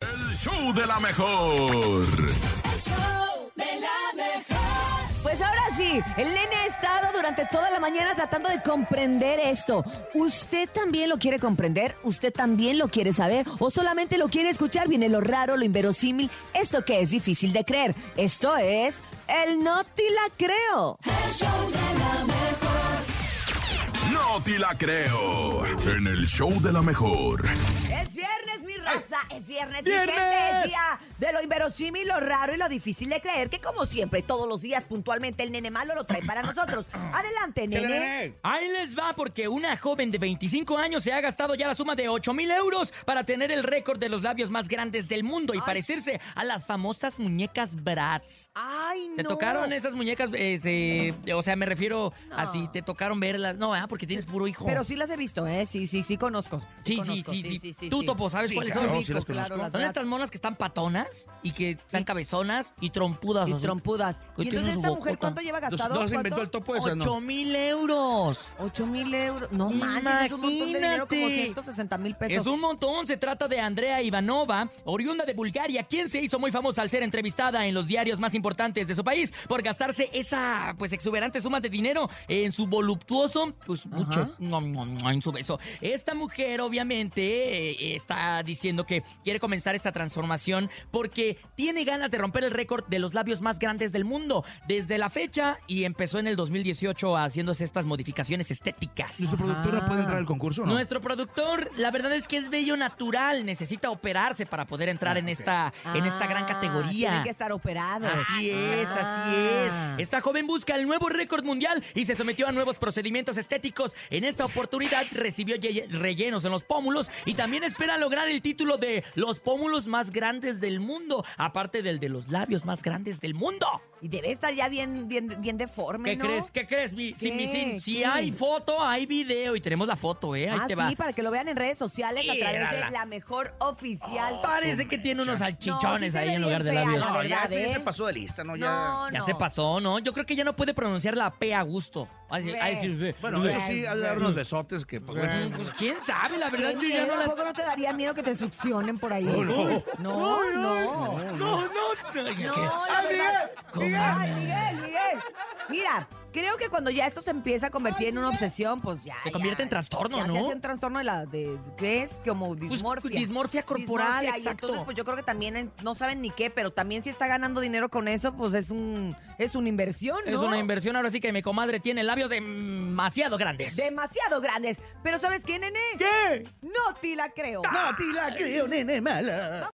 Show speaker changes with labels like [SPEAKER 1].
[SPEAKER 1] El show de la mejor.
[SPEAKER 2] El show de la mejor.
[SPEAKER 3] Pues ahora sí, el nene ha estado durante toda la mañana tratando de comprender esto. ¿Usted también lo quiere comprender? ¿Usted también lo quiere saber? ¿O solamente lo quiere escuchar? Viene lo raro, lo inverosímil, esto que es difícil de creer. Esto es el no te la creo.
[SPEAKER 2] El show de la mejor.
[SPEAKER 1] No te la creo. En el show de la mejor.
[SPEAKER 3] Es viernes, mi raza, es viernes, mi gente, es día de lo inverosímil, lo raro y lo difícil de creer, que como siempre, todos los días puntualmente el nene malo lo trae para nosotros. Adelante, nene.
[SPEAKER 4] Ahí les va porque una joven de 25 años se ha gastado ya la suma de 8 mil euros para tener el récord de los labios más grandes del mundo y
[SPEAKER 3] Ay.
[SPEAKER 4] parecerse a las famosas muñecas Bratz.
[SPEAKER 3] Ay, no.
[SPEAKER 4] ¿Te tocaron esas muñecas? Eh, se- o sea, me refiero a
[SPEAKER 3] No.
[SPEAKER 4] si te tocaron verlas. No, ¿verdad? porque tienes puro hijo.
[SPEAKER 3] Pero sí las he visto, ¿eh? Sí, sí, sí conozco.
[SPEAKER 4] sí, sí,
[SPEAKER 3] conozco,
[SPEAKER 4] sí, sí, Tú, Topo, ¿sabes
[SPEAKER 5] Sí,
[SPEAKER 4] cuáles
[SPEAKER 5] claro,
[SPEAKER 4] son?
[SPEAKER 5] sí las
[SPEAKER 3] claro,
[SPEAKER 5] conozco.
[SPEAKER 3] las
[SPEAKER 4] Son
[SPEAKER 3] Bratz.
[SPEAKER 4] estas monas que están patonas y que están cabezonas y trompudas.
[SPEAKER 3] Y
[SPEAKER 4] así.
[SPEAKER 3] trompudas.
[SPEAKER 4] Que
[SPEAKER 3] Y entonces
[SPEAKER 4] tienen su
[SPEAKER 3] esta mujer,
[SPEAKER 4] bocota.
[SPEAKER 3] ¿cuánto lleva
[SPEAKER 5] Entonces,
[SPEAKER 3] gastado?
[SPEAKER 5] no se inventó el
[SPEAKER 3] ¿Cuánto?
[SPEAKER 5] topo eh. esa,
[SPEAKER 4] ¡Ocho
[SPEAKER 5] ¿no?
[SPEAKER 4] mil euros!
[SPEAKER 3] 8 mil euros. No manches, es un montón de dinero, como
[SPEAKER 4] Imagínate.
[SPEAKER 3] 160 mil pesos.
[SPEAKER 4] Es un montón, se trata de Andrea Ivanova, oriunda de Bulgaria, quien se hizo muy famosa al ser entrevistada en los diarios más importantes de su país por gastarse esa pues exuberante suma de dinero en su voluptuoso, pues mucho, en su beso. Esta mujer obviamente eh, está diciendo que quiere comenzar esta transformación porque tiene ganas de romper el récord de los labios más grandes del mundo desde la fecha y empezó en el 2018 haciéndose estas modificaciones estéticas.
[SPEAKER 5] ¿Nuestro productor no puede entrar al concurso o no?
[SPEAKER 4] Nuestro productor, la verdad es que es bello natural, necesita operarse para poder entrar
[SPEAKER 5] Ah,
[SPEAKER 4] en esta en esta gran
[SPEAKER 3] Ah, Tienen
[SPEAKER 4] categoría.
[SPEAKER 3] que estar operados.
[SPEAKER 4] Así es, así es.
[SPEAKER 3] Ah.
[SPEAKER 4] Esta joven busca el nuevo récord mundial y se sometió a nuevos procedimientos estéticos. En esta oportunidad recibió ye- rellenos en los pómulos y también espera lograr el título de los pómulos más grandes del mundo, aparte del de los labios más grandes del mundo.
[SPEAKER 3] Y debe estar ya bien, bien, bien deforme,
[SPEAKER 4] ¿Qué
[SPEAKER 3] ¿no?
[SPEAKER 4] crees? ¿Qué crees? mi- si, mi- si- si
[SPEAKER 3] ¿Qué?
[SPEAKER 4] hay foto, hay video y tenemos la foto, ¿eh? Ahí
[SPEAKER 3] ah,
[SPEAKER 4] te va.
[SPEAKER 3] sí, para que lo vean en redes sociales a través de
[SPEAKER 4] Mírala.
[SPEAKER 3] la mejor oficial.
[SPEAKER 4] Parece que tiene unos salchichones
[SPEAKER 3] No, sí se
[SPEAKER 4] ahí
[SPEAKER 3] ve
[SPEAKER 4] en lugar de
[SPEAKER 3] bien fea,
[SPEAKER 4] labios.
[SPEAKER 3] la
[SPEAKER 5] No, ya
[SPEAKER 3] verdad,
[SPEAKER 5] se,
[SPEAKER 3] ¿eh?
[SPEAKER 5] se pasó de lista, ¿no? Ya.
[SPEAKER 3] No,
[SPEAKER 4] Ya
[SPEAKER 3] no.
[SPEAKER 4] se pasó, ¿no? Yo creo que ya no puede pronunciar la P a gusto. Ay, sí,
[SPEAKER 3] Ve.
[SPEAKER 4] ay, sí, sí.
[SPEAKER 5] Bueno,
[SPEAKER 4] Sí.
[SPEAKER 5] eso sí, ha de dar unos besotes que... pues, bueno.
[SPEAKER 4] Mm, Pues quién sabe, la verdad, yo
[SPEAKER 3] ¿Qué?
[SPEAKER 4] ya no la.
[SPEAKER 3] ¿Tampoco no te daría miedo que te succionen por ahí?
[SPEAKER 5] no.
[SPEAKER 3] No, no.
[SPEAKER 4] Oh, No, no, no.
[SPEAKER 3] No,
[SPEAKER 4] ¿qué?
[SPEAKER 3] la verdad- Ay, Miguel, Miguel. Mira, creo que cuando ya esto se empieza a convertir en una obsesión, pues ya.
[SPEAKER 4] Se convierte
[SPEAKER 3] ya-
[SPEAKER 4] en trastorno,
[SPEAKER 3] ya Se
[SPEAKER 4] ¿no?
[SPEAKER 3] hace un trastorno de la. De, ¿Qué es? Como
[SPEAKER 4] Pues,
[SPEAKER 3] dismorfia.
[SPEAKER 4] dismorfia corporal,
[SPEAKER 3] Dismorfia, Y
[SPEAKER 4] exacto.
[SPEAKER 3] entonces, pues yo creo que también en- no saben ni qué, pero también si está ganando dinero con eso, pues es un es una inversión, ¿no?
[SPEAKER 4] Es una inversión, ahora sí que mi comadre tiene labios demasiado grandes.
[SPEAKER 3] Demasiado grandes. Pero ¿sabes qué, nene?
[SPEAKER 4] ¿Qué? ¡Ah!
[SPEAKER 3] No te la creo.
[SPEAKER 5] No, tila, creo, nene, mala.